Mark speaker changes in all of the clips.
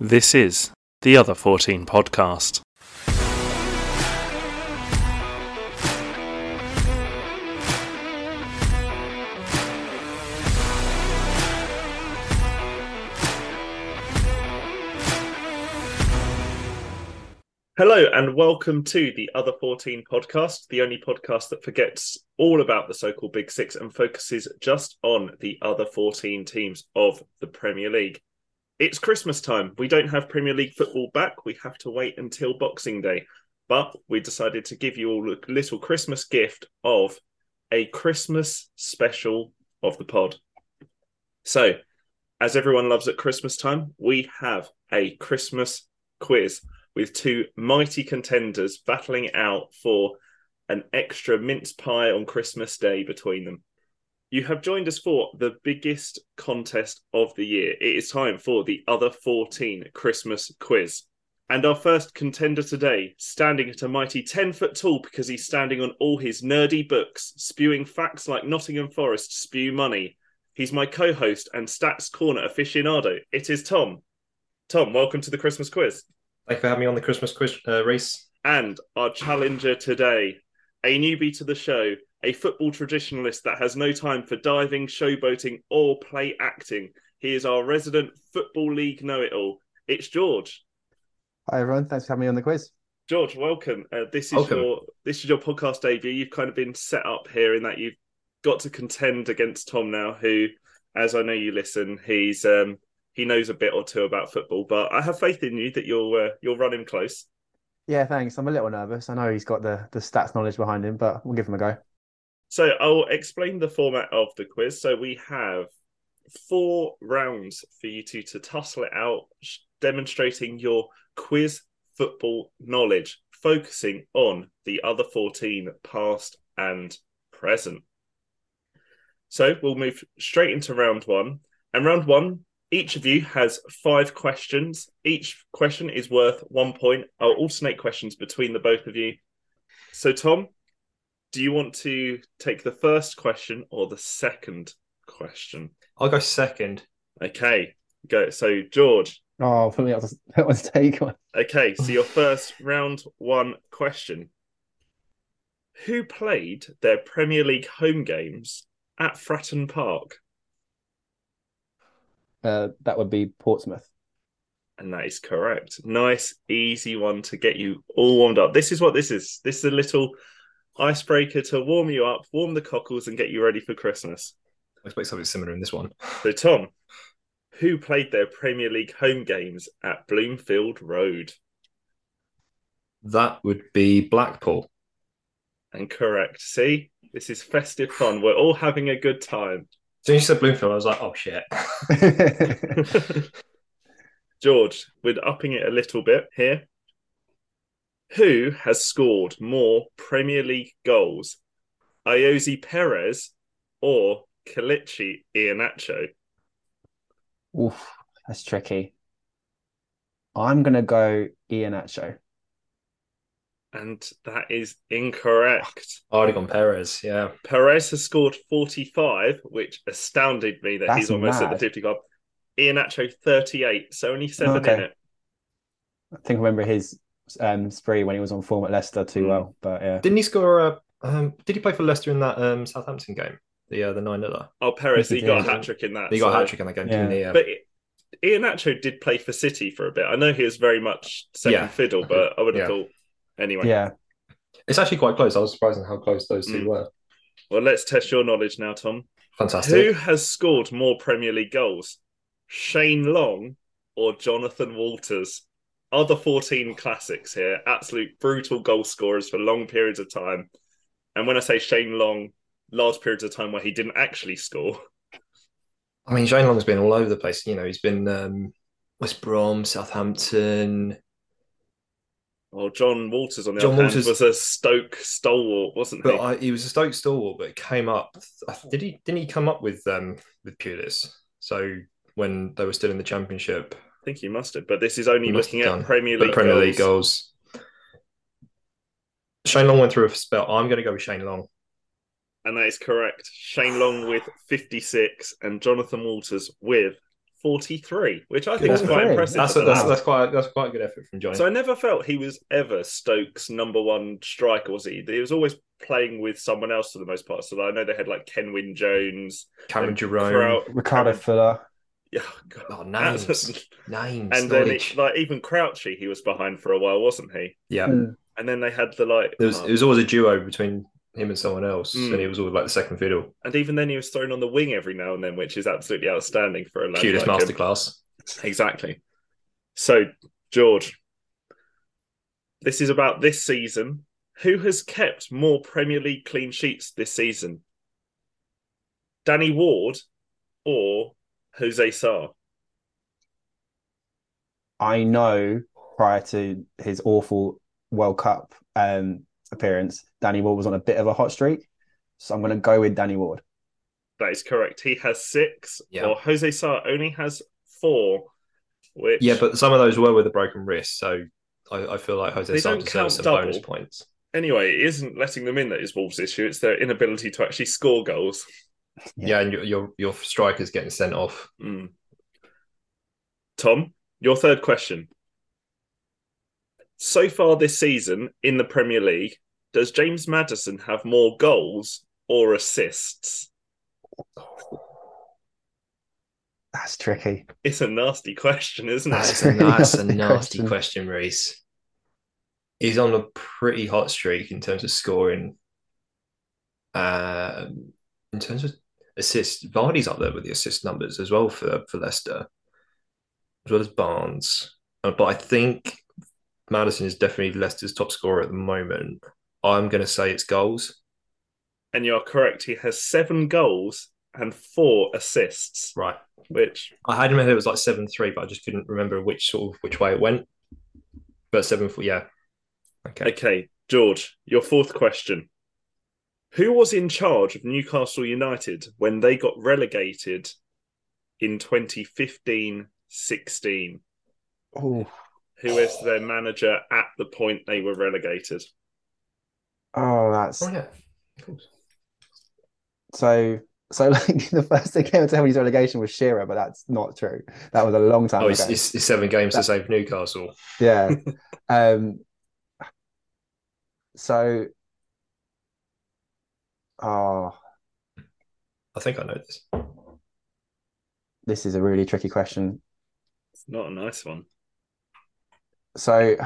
Speaker 1: This is the Other 14 podcast.
Speaker 2: Hello and welcome to the Other 14 podcast, the only podcast that forgets all about the so called Big Six and focuses just on the other 14 teams of the Premier League. It's Christmas time. We don't have Premier League football back. We have to wait until Boxing Day. But we decided to give you all a little Christmas gift of a Christmas special of the pod. So, as everyone loves at Christmas time, we have a Christmas quiz with two mighty contenders battling out for an extra mince pie on Christmas Day between them. You have joined us for the biggest contest of the year. It is time for the Other 14 Christmas Quiz. And our first contender today, standing at a mighty 10 foot tall because he's standing on all his nerdy books, spewing facts like Nottingham Forest spew money. He's my co host and Stats Corner aficionado. It is Tom. Tom, welcome to the Christmas Quiz.
Speaker 3: Thank you for having me on the Christmas quiz uh, race.
Speaker 2: And our challenger today, a newbie to the show, a football traditionalist that has no time for diving, showboating, or play acting. He is our resident Football League know it all. It's George.
Speaker 4: Hi everyone, thanks for having me on the quiz.
Speaker 2: George, welcome. Uh, this is
Speaker 3: Welcome.
Speaker 2: your this is your podcast debut. You've kind of been set up here in that you've got to contend against Tom now, who, as I know you listen, he's um, he knows a bit or two about football. But I have faith in you that you'll uh, you'll run him close.
Speaker 4: Yeah, thanks. I'm a little nervous. I know he's got the the stats knowledge behind him, but we'll give him a go.
Speaker 2: So I'll explain the format of the quiz. So we have four rounds for you two to tussle it out, sh- demonstrating your quiz football knowledge, focusing on the other 14, past and present. So we'll move straight into round one. And round one, each of you has five questions. Each question is worth one point. I'll alternate questions between the both of you. So, Tom, do you want to take the first question or the second question?
Speaker 3: I'll go second.
Speaker 2: Okay, go. So, George,
Speaker 4: Oh, put me up to that one's take one.
Speaker 2: okay, so your first round one question Who played their Premier League home games at Fratton Park?
Speaker 4: Uh, that would be Portsmouth.
Speaker 2: And that is correct. Nice, easy one to get you all warmed up. This is what this is. This is a little icebreaker to warm you up, warm the cockles, and get you ready for Christmas.
Speaker 3: I expect something similar in this one.
Speaker 2: So, Tom, who played their Premier League home games at Bloomfield Road?
Speaker 3: That would be Blackpool.
Speaker 2: And correct. See, this is festive fun. We're all having a good time.
Speaker 3: As soon as you said Bloomfield, I was like, oh shit.
Speaker 2: George, we're upping it a little bit here. Who has scored more Premier League goals, Iosi Perez or Kalichi Iheanacho?
Speaker 4: Oof, that's tricky. I'm gonna go Iheanacho.
Speaker 2: And that is incorrect.
Speaker 3: Already gone Perez, yeah.
Speaker 2: Perez has scored 45, which astounded me that
Speaker 4: That's
Speaker 2: he's almost at the
Speaker 4: mad.
Speaker 2: 50 club. Iheanacho 38, so only seven in
Speaker 4: Okay.
Speaker 2: it.
Speaker 4: I think I remember his um, spree when he was on form at Leicester too
Speaker 2: Hmm.
Speaker 4: well, but yeah,
Speaker 3: Didn't he score a. Um, did he play for Leicester in that um, Southampton game? The uh, the 9 0?
Speaker 2: Oh, Perez, he
Speaker 4: Yes, he
Speaker 2: got a
Speaker 4: did.
Speaker 2: hat trick in that.
Speaker 3: He got a
Speaker 2: so-
Speaker 3: hat trick in that game, didn't he? Yeah.
Speaker 2: But I- Iheanacho did play for City for a bit. I know he was very much second
Speaker 3: Yeah.
Speaker 2: fiddle, but I would have
Speaker 3: Yeah.
Speaker 2: thought. Anyway,
Speaker 4: yeah.
Speaker 3: It's actually quite close. I was surprised at how close those two
Speaker 2: Mm.
Speaker 3: were.
Speaker 2: well, let's test your knowledge now, Tom. Who
Speaker 3: Fantastic.
Speaker 2: has scored more Premier League goals, Shane Long or Jonathan Walters? Other 14 classics here, absolute brutal goal scorers for long periods of time. And when I say Shane Long, large periods of time where he didn't actually score.
Speaker 3: I mean, Shane Long's been all over the place. You know, he's been um, West Brom, Southampton.
Speaker 2: Or Oh, John Walters on the
Speaker 3: John
Speaker 2: other hand
Speaker 3: Walters-
Speaker 2: was a Stoke stalwart, wasn't he?
Speaker 3: But I, he was a Stoke stalwart, but came up. I th- Did he? Didn't he come up with um with Pulis? So when they were still in the Championship,
Speaker 2: I think he must have. But this is only
Speaker 3: He must
Speaker 2: looking
Speaker 3: have
Speaker 2: at
Speaker 3: done.
Speaker 2: Premier
Speaker 3: the
Speaker 2: League,
Speaker 3: Premier
Speaker 2: goals.
Speaker 3: League goals. Shane Long went through a spell. I'm going to go with Shane Long.
Speaker 2: And that is correct. Shane Long with 56 and Jonathan Walters with 43, which I think is
Speaker 3: Good
Speaker 2: quite
Speaker 4: for him.
Speaker 2: impressive.
Speaker 3: That's,
Speaker 2: for
Speaker 3: a, that's
Speaker 2: that.
Speaker 3: that's quite that's quite a good effort from Johnny.
Speaker 2: So I never felt he was ever Stokes' number one striker, was he? He was always playing with someone else for the most part. So I know they had like Kenwin Jones,
Speaker 3: Cameron Jerome,
Speaker 2: Crow-
Speaker 4: Ricardo Fuller.
Speaker 2: Yeah, God.
Speaker 3: Oh, names, names,
Speaker 2: And then
Speaker 3: knowledge.
Speaker 2: it, like even Crouchy, he was behind for a while, wasn't he?
Speaker 3: yeah,
Speaker 4: Mm.
Speaker 2: And then they had the like,
Speaker 3: there was
Speaker 2: oh,
Speaker 3: it was always a duo between him and someone else,
Speaker 2: Mm.
Speaker 3: and he was always like the second fiddle.
Speaker 2: and even then he was thrown on the wing every now and then, which is absolutely outstanding for a lad
Speaker 3: Cutest
Speaker 2: like him.
Speaker 3: masterclass.
Speaker 2: Exactly. So, George, this is about this season. Who has kept more Premier League clean sheets this season? Danny Ward or Jose Sarr?
Speaker 4: I know prior to his awful World Cup um, appearance, Danny Ward was on a bit of a hot streak. So I'm going to go with Danny Ward.
Speaker 2: That is correct. He has six,
Speaker 3: Yeah.
Speaker 2: or Jose Sarr only has four. Which
Speaker 3: Yeah, but some of those were with a broken wrist, so I, I feel like Jose
Speaker 2: They
Speaker 3: Sarr
Speaker 2: don't count
Speaker 3: deserves some
Speaker 2: double.
Speaker 3: bonus points.
Speaker 2: anyway, it isn't letting them in that is Wolves' issue. It's their inability to actually score goals.
Speaker 4: Yeah.
Speaker 3: Yeah, and your, your your striker's getting sent off.
Speaker 2: Mm. Tom, your third question. So far this season in the Premier League, does James Madison have more goals or assists?
Speaker 4: That's tricky.
Speaker 2: It's a nasty question, isn't it?
Speaker 3: That's a, that's a
Speaker 4: Nasty
Speaker 3: nasty
Speaker 4: question.
Speaker 3: question. Reese. He's on a pretty hot streak in terms of scoring. Um, in terms of assists, Vardy's up there with the assist numbers as well for for Leicester, as well as Barnes. Uh, But I think Madison is definitely Leicester's top scorer at the moment. I'm going to say it's goals.
Speaker 2: And you're correct. He has seven goals and four assists,
Speaker 3: Right.
Speaker 2: which
Speaker 3: I had him ahead. It was like seven three, but I just couldn't remember which sort of which way it went. But seven four, yeah. Okay.
Speaker 2: okay, George, your fourth question. Who was in charge of Newcastle United when they got relegated in 2015-16?
Speaker 4: Oh,
Speaker 2: who is their manager at the point they were relegated.
Speaker 4: oh, that's
Speaker 3: Oh yeah. Of course.
Speaker 4: so. So like the first thing came to him when he's relegation was Shearer, but that's not true. That was a long time
Speaker 3: Oh,
Speaker 4: ago.
Speaker 3: it's, it's, it's seven games to save Newcastle.
Speaker 4: Yeah. um. So. Oh,
Speaker 3: I think I know this.
Speaker 4: this is a really tricky question.
Speaker 2: It's not a nice one.
Speaker 4: So I'm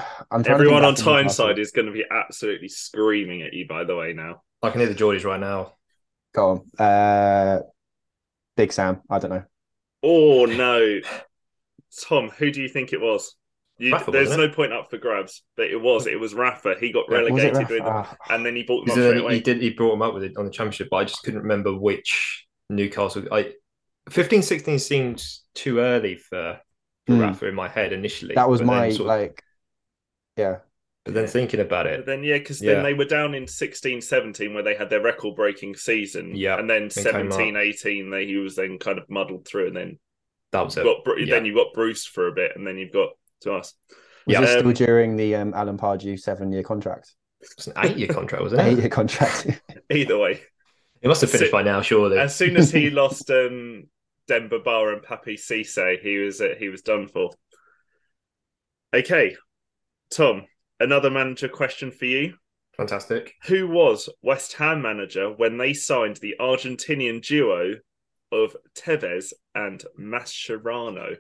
Speaker 4: trying to
Speaker 2: Everyone on
Speaker 4: think back to
Speaker 2: time
Speaker 4: Newcastle.
Speaker 2: side is going to be absolutely screaming at you, by the way, now.
Speaker 3: I can hear the Geordies right now.
Speaker 4: Go on. Uh, Big Sam. I don't know.
Speaker 2: Oh, no. Tom, who do you think it was? You,
Speaker 3: Rafa,
Speaker 2: there's
Speaker 3: wasn't
Speaker 2: no point up for grabs, but it was. It was Rafa. He got
Speaker 3: Yeah, was it
Speaker 2: relegated
Speaker 4: was it Ah,
Speaker 2: with them,
Speaker 4: Rafa?
Speaker 2: and then he bought them up straight
Speaker 3: Then he
Speaker 2: away.
Speaker 3: did. He brought him up with it on the championship, but I just couldn't remember which Newcastle. I 15, 16 seemed too early for, for
Speaker 4: Hmm.
Speaker 3: Rafa in my head initially.
Speaker 4: that was
Speaker 3: but then
Speaker 4: my
Speaker 3: sort of-
Speaker 4: like. Yeah,
Speaker 3: but then thinking about
Speaker 2: But
Speaker 3: it,
Speaker 2: then, yeah, because
Speaker 3: Yeah.
Speaker 2: then they were down in 16 17 where they had their record breaking season.
Speaker 3: Yeah,
Speaker 2: And then
Speaker 3: came up.
Speaker 2: 17 18, they, he was then kind of muddled through. And then,
Speaker 3: that was it.
Speaker 2: got, Bru-
Speaker 3: yeah.
Speaker 2: then you've got Bruce for a bit, and then you've got to us.
Speaker 4: was
Speaker 3: Yeah.
Speaker 4: this still
Speaker 2: Um,
Speaker 4: during the um, Alan Pardew seven-year contract,
Speaker 3: It was an eight-year contract, wasn't it?
Speaker 4: eight-year contract?
Speaker 2: Either way.
Speaker 3: It must have finished
Speaker 2: Sit-
Speaker 3: by now, surely.
Speaker 2: As soon as he lost um, Denver Bar and Papi Cisse, he was uh, he was done for. Okay, Tom, another manager question for you.
Speaker 3: Fantastic.
Speaker 2: Who was West Ham manager when they signed the Argentinian duo of Tevez and Mascherano?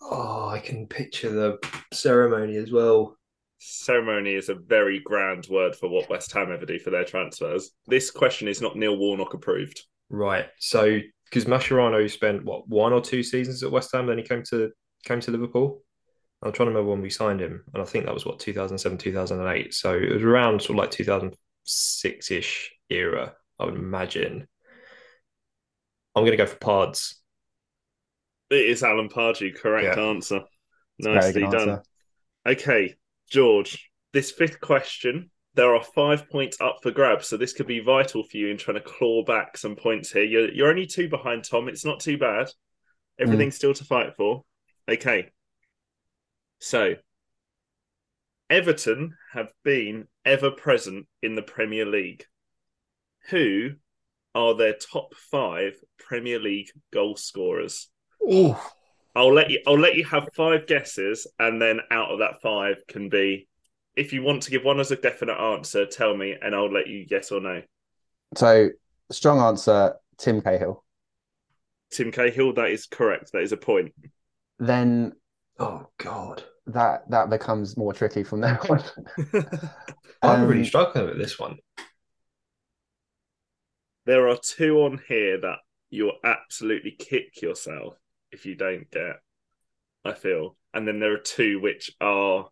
Speaker 3: Oh, I can picture the ceremony as well.
Speaker 2: Ceremony is a very grand word for what West Ham ever do for their transfers. This question is not Neil Warnock approved.
Speaker 3: Right. So because Mascherano spent what one or two seasons at West Ham, then he came to came to Liverpool. I'm trying to remember when we signed him, and I think that was what 2007, 2008. So it was around sort of like 2006 ish era, I would imagine. I'm going to go for Pards.
Speaker 2: It is Alan Pardew, correct
Speaker 3: Yeah.
Speaker 2: answer.
Speaker 4: Very
Speaker 2: Nicely
Speaker 4: good
Speaker 2: done.
Speaker 4: answer.
Speaker 2: Okay, George, this fifth question, there are five points up for grabs, so this could be vital for you in trying to claw back some points here. You're, you're only two behind, Tom. It's not too bad. Everything's still to fight for. Okay. So, Everton have been ever present in the Premier League. Who are their top five Premier League goal scorers?
Speaker 4: Oh,
Speaker 2: I'll let you. I'll let you have five guesses, and then out of that five can be, if you want to give one as a definite answer, tell me, and I'll let you yes or no.
Speaker 4: So strong answer, Tim Cahill.
Speaker 2: Tim Cahill, that is correct. That is a point.
Speaker 4: Then
Speaker 3: Oh God,
Speaker 4: that that becomes more tricky from there on.
Speaker 3: I'm
Speaker 4: Um,
Speaker 3: really struggling with this one.
Speaker 2: there are two on here that you'll absolutely kick yourself if you don't get. I feel, and then there are two which are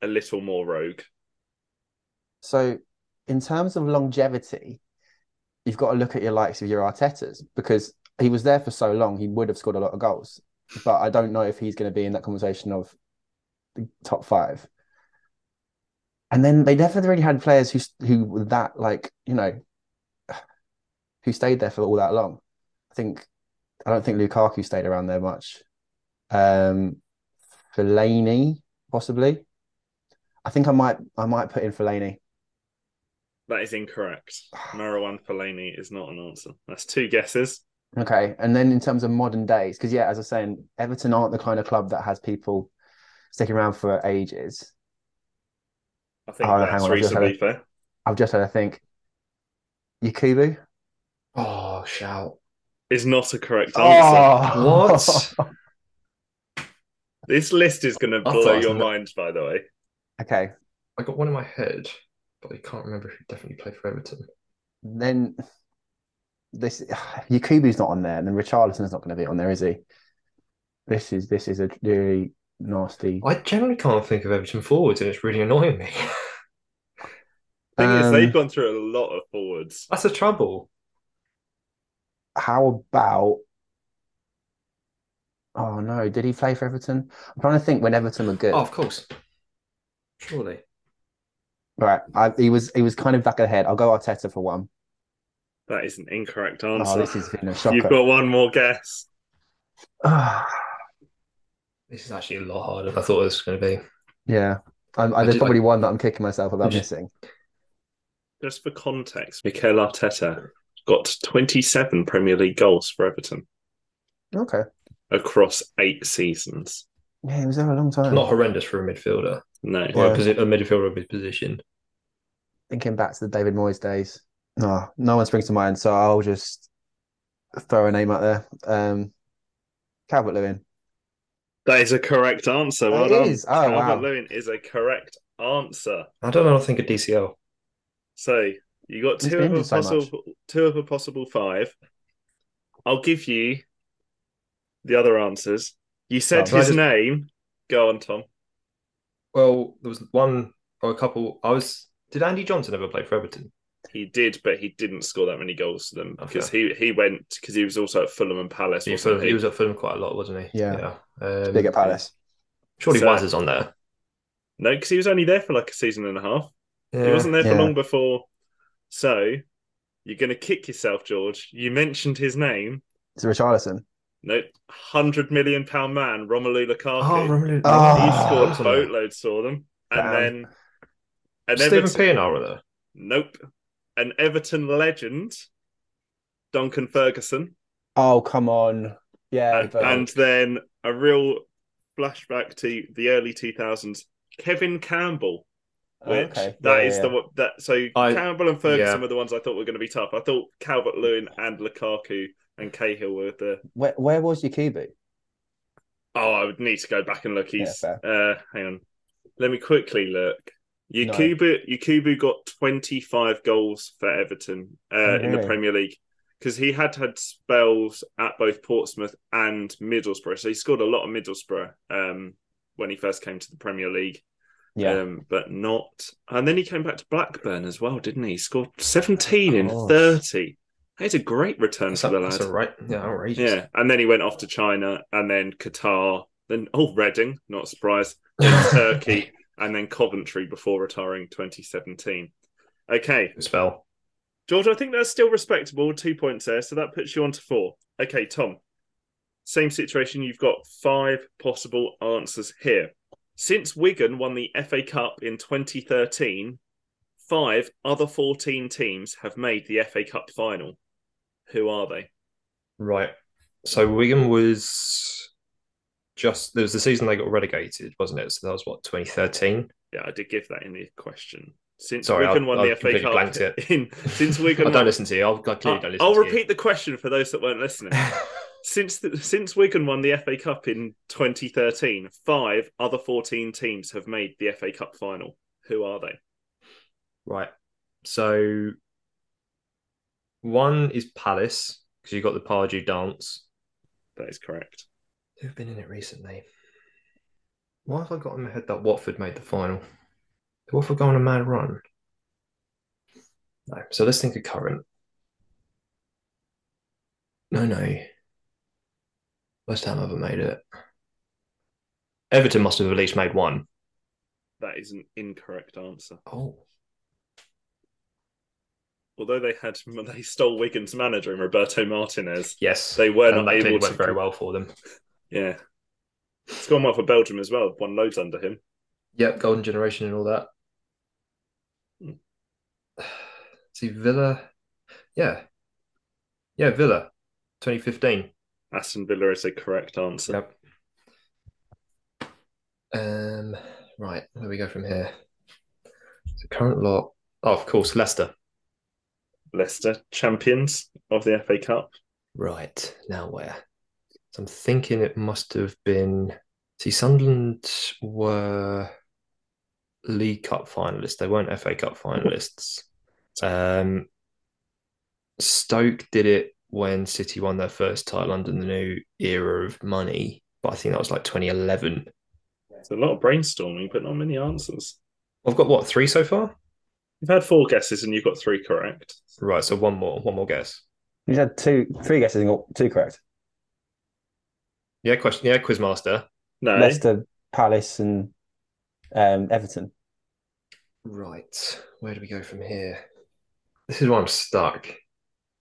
Speaker 2: a little more rogue.
Speaker 4: So, in terms of longevity, you've got to look at your likes of your Artetas because he was there for so long, he would have scored a lot of goals. But I don't know if he's going to be in that conversation of the top five. And then they never really had players who who were that like you know who stayed there for all that long. I think I don't think Lukaku stayed around there much. Um, Fellaini possibly. I think I might I might put in Fellaini.
Speaker 2: That is incorrect. Marouane Fellaini is not an answer. That's two guesses.
Speaker 4: Okay, and then in terms of modern days, because yeah, as I was saying, Everton aren't the kind of club that has people sticking around for ages.
Speaker 2: I think
Speaker 4: Oh, hang
Speaker 2: that's
Speaker 4: on, I've just had
Speaker 2: reasonably fair.
Speaker 4: I've just had to think. Yakubu?
Speaker 3: Oh shout!
Speaker 2: Is not a correct answer.
Speaker 4: Oh,
Speaker 3: What?
Speaker 2: This list is going to
Speaker 3: thought
Speaker 2: blow
Speaker 3: I was
Speaker 2: your
Speaker 3: gonna-
Speaker 2: mind, by the way.
Speaker 4: okay,
Speaker 3: I got one in my head, but I can't remember who definitely played for Everton.
Speaker 4: then this Yakubu's not on there, and then Richarlison's not going to be on there, is he? This is this is a really nasty.
Speaker 3: I generally can't think of Everton forwards, and it's really annoying me.
Speaker 2: Thing is,
Speaker 4: Um,
Speaker 2: they've gone through a lot of forwards.
Speaker 3: That's the trouble.
Speaker 4: How about? Oh no, did he play for Everton? I'm trying to think when Everton were good.
Speaker 3: Oh, of course. Surely.
Speaker 4: Right, I, he was he was kind of back ahead. I'll go Arteta for one.
Speaker 2: That is an incorrect
Speaker 4: Oh,
Speaker 2: answer.
Speaker 4: this is been a shocker.
Speaker 2: You've got one more guess.
Speaker 3: This is actually a lot harder than I thought it was going to be.
Speaker 4: yeah, I'm, I,
Speaker 3: I
Speaker 4: there's
Speaker 3: ju-
Speaker 4: probably one that I'm kicking myself
Speaker 3: I
Speaker 4: about
Speaker 3: just-
Speaker 4: missing.
Speaker 2: Just for context, Mikel Arteta got 27 Premier League goals for Everton
Speaker 4: Okay,
Speaker 2: across eight seasons.
Speaker 4: yeah, he was there a long time.
Speaker 3: Not horrendous for a midfielder
Speaker 2: No.
Speaker 3: or a,
Speaker 4: Yeah.
Speaker 3: posi- a midfielder of his position.
Speaker 4: Thinking back to the David Moyes days, no, no one springs to mind. So I'll just throw a name out there. Um, Calvert Lewin.
Speaker 2: That is a correct answer. Well
Speaker 4: It
Speaker 2: done.
Speaker 4: is. Oh, wow.
Speaker 2: Calvert-Lewin is a correct answer.
Speaker 3: I don't know. I think of DCL.
Speaker 2: So you got
Speaker 4: He's
Speaker 2: two of
Speaker 4: been
Speaker 2: a
Speaker 4: injured so much.
Speaker 2: possible two of a possible five. I'll give you the other answers. You
Speaker 3: Oh,
Speaker 2: said
Speaker 3: can I
Speaker 2: his
Speaker 3: just-
Speaker 2: name. Go on, Tom.
Speaker 3: Well, there was one or a couple. I was. Did Andy Johnson ever play for Everton?
Speaker 2: He did, but he didn't score that many goals for them
Speaker 3: Okay.
Speaker 2: because he he went because he was also at Fulham and Palace.
Speaker 3: He was,
Speaker 2: wasn't he?
Speaker 3: at Fulham quite a lot, wasn't he?
Speaker 4: Yeah.
Speaker 3: yeah. Um,
Speaker 4: Big at Palace.
Speaker 3: Surely
Speaker 2: So-
Speaker 3: Waz is on there.
Speaker 2: No, because he was only there for like a season and a half. He wasn't there for
Speaker 4: Yeah.
Speaker 2: long before. So you're going to kick yourself, George. You mentioned his name.
Speaker 4: It's Richarlison.
Speaker 2: No, hundred million pound man Romelu Lukaku.
Speaker 3: Oh, Romelu.
Speaker 2: He
Speaker 4: Ah.
Speaker 2: scored
Speaker 3: Wasn't it?
Speaker 2: boatloads for them, and
Speaker 4: Damn.
Speaker 2: then and
Speaker 3: Stephen
Speaker 2: Everton.
Speaker 3: Pienaar, though.
Speaker 2: Nope, an Everton legend, Duncan Ferguson,
Speaker 4: Oh come on, yeah,
Speaker 2: and,
Speaker 4: but
Speaker 2: and then a real flashback to the early two thousands. Kevin Campbell,
Speaker 4: Oh,
Speaker 2: which that
Speaker 4: okay.
Speaker 2: is
Speaker 4: Yeah, yeah,
Speaker 2: the
Speaker 4: yeah.
Speaker 2: one that so
Speaker 3: I-
Speaker 2: Campbell and Ferguson
Speaker 3: yeah.
Speaker 2: were the ones I thought were going to be tough. I thought Calvert Lewin and Lukaku and Cahill were the.
Speaker 4: Where, where was Yakubu?
Speaker 2: Oh, I would need to go back and look. He's
Speaker 4: fair.
Speaker 2: uh, hang on, let me quickly look.
Speaker 4: No.
Speaker 2: Yakubu Yakubu got twenty five goals for Everton uh,
Speaker 4: Oh,
Speaker 2: in the
Speaker 4: really?
Speaker 2: Premier League because he had had spells at both Portsmouth and Middlesbrough, so he scored a lot of Middlesbrough um, when he first came to the Premier League.
Speaker 4: Yeah,
Speaker 2: um, but not. And then he came back to Blackburn as well, didn't he? He scored 17 in
Speaker 4: course.
Speaker 2: 30. It's a great return
Speaker 3: That's,
Speaker 2: for the
Speaker 3: that's
Speaker 2: lad.
Speaker 3: all right. Yeah, outrageous.
Speaker 2: Yeah. And then he went off to China and then Qatar, then, oh, Reading, not surprised, then Turkey, and then Coventry before retiring 2017. Okay.
Speaker 3: Good spell.
Speaker 2: George, I think that's still respectable. Two points there. So that puts you on to four. Okay, Tom. Same situation. You've got five possible answers here. Since Wigan won the FA Cup in 2013, five other 14 teams have made the FA Cup final. Who are they?
Speaker 3: Right. So Wigan was just there was the season they got relegated, wasn't it? So that was what 2013.
Speaker 2: Yeah, I did give that in the question. Since
Speaker 3: Sorry,
Speaker 2: Wigan
Speaker 3: I-
Speaker 2: won
Speaker 3: I
Speaker 2: the FA
Speaker 3: completely
Speaker 2: Cup,
Speaker 3: blanked it.
Speaker 2: in, since Wigan
Speaker 3: I
Speaker 2: won-
Speaker 3: don't listen to you. I'll, I clearly don't
Speaker 2: I'll,
Speaker 3: listen.
Speaker 2: I'll
Speaker 3: to
Speaker 2: repeat the question for those that weren't listening. since the, since Wigan won the FA Cup in 2013, five other 14 teams have made the FA Cup final. Who are they?
Speaker 3: you. right. So one is Palace because you got the Pardew dance.
Speaker 2: That is correct.
Speaker 3: Who've been in it recently? Why have I got in my head that Watford made the final? Did Watford go on a mad run? No. So let's think of current. No, no. West Ham haven't made it. Everton must have at least made one.
Speaker 2: That is an incorrect answer.
Speaker 3: Oh.
Speaker 2: Although they had they stole Wigan's manager in Roberto Martinez,
Speaker 3: Yes.
Speaker 2: they were
Speaker 3: and
Speaker 2: not
Speaker 3: that
Speaker 2: able
Speaker 3: clearly
Speaker 2: to.
Speaker 3: went very well for them.
Speaker 2: Yeah, it's gone well for Belgium as well. Won loads under him.
Speaker 3: Yep, golden generation and all that.
Speaker 2: Hmm.
Speaker 3: See Villa, yeah, yeah, Villa, twenty fifteen.
Speaker 2: Aston Villa is a correct answer.
Speaker 3: Yep. Um. Right, where we go from here? The current lot. Oh, of course, Leicester.
Speaker 2: Leicester champions of the FA Cup.
Speaker 3: Right now, where? So I'm thinking it must have been. See, Sunderland were League Cup finalists. They weren't FA Cup finalists. Um, Stoke did it when City won their first title under the new era of money, but I think that was like 2011.
Speaker 2: It's a lot of brainstorming, but not many answers.
Speaker 3: I've got what three so far?
Speaker 2: You've had four guesses and you've got three correct.
Speaker 3: Right, so one more, one more guess.
Speaker 4: He's had two, three guesses and got two correct.
Speaker 3: Yeah, question. Yeah, Quizmaster.
Speaker 2: No,
Speaker 4: Leicester, Palace, and um, Everton.
Speaker 3: Right, where do we go from here? This is where I'm stuck.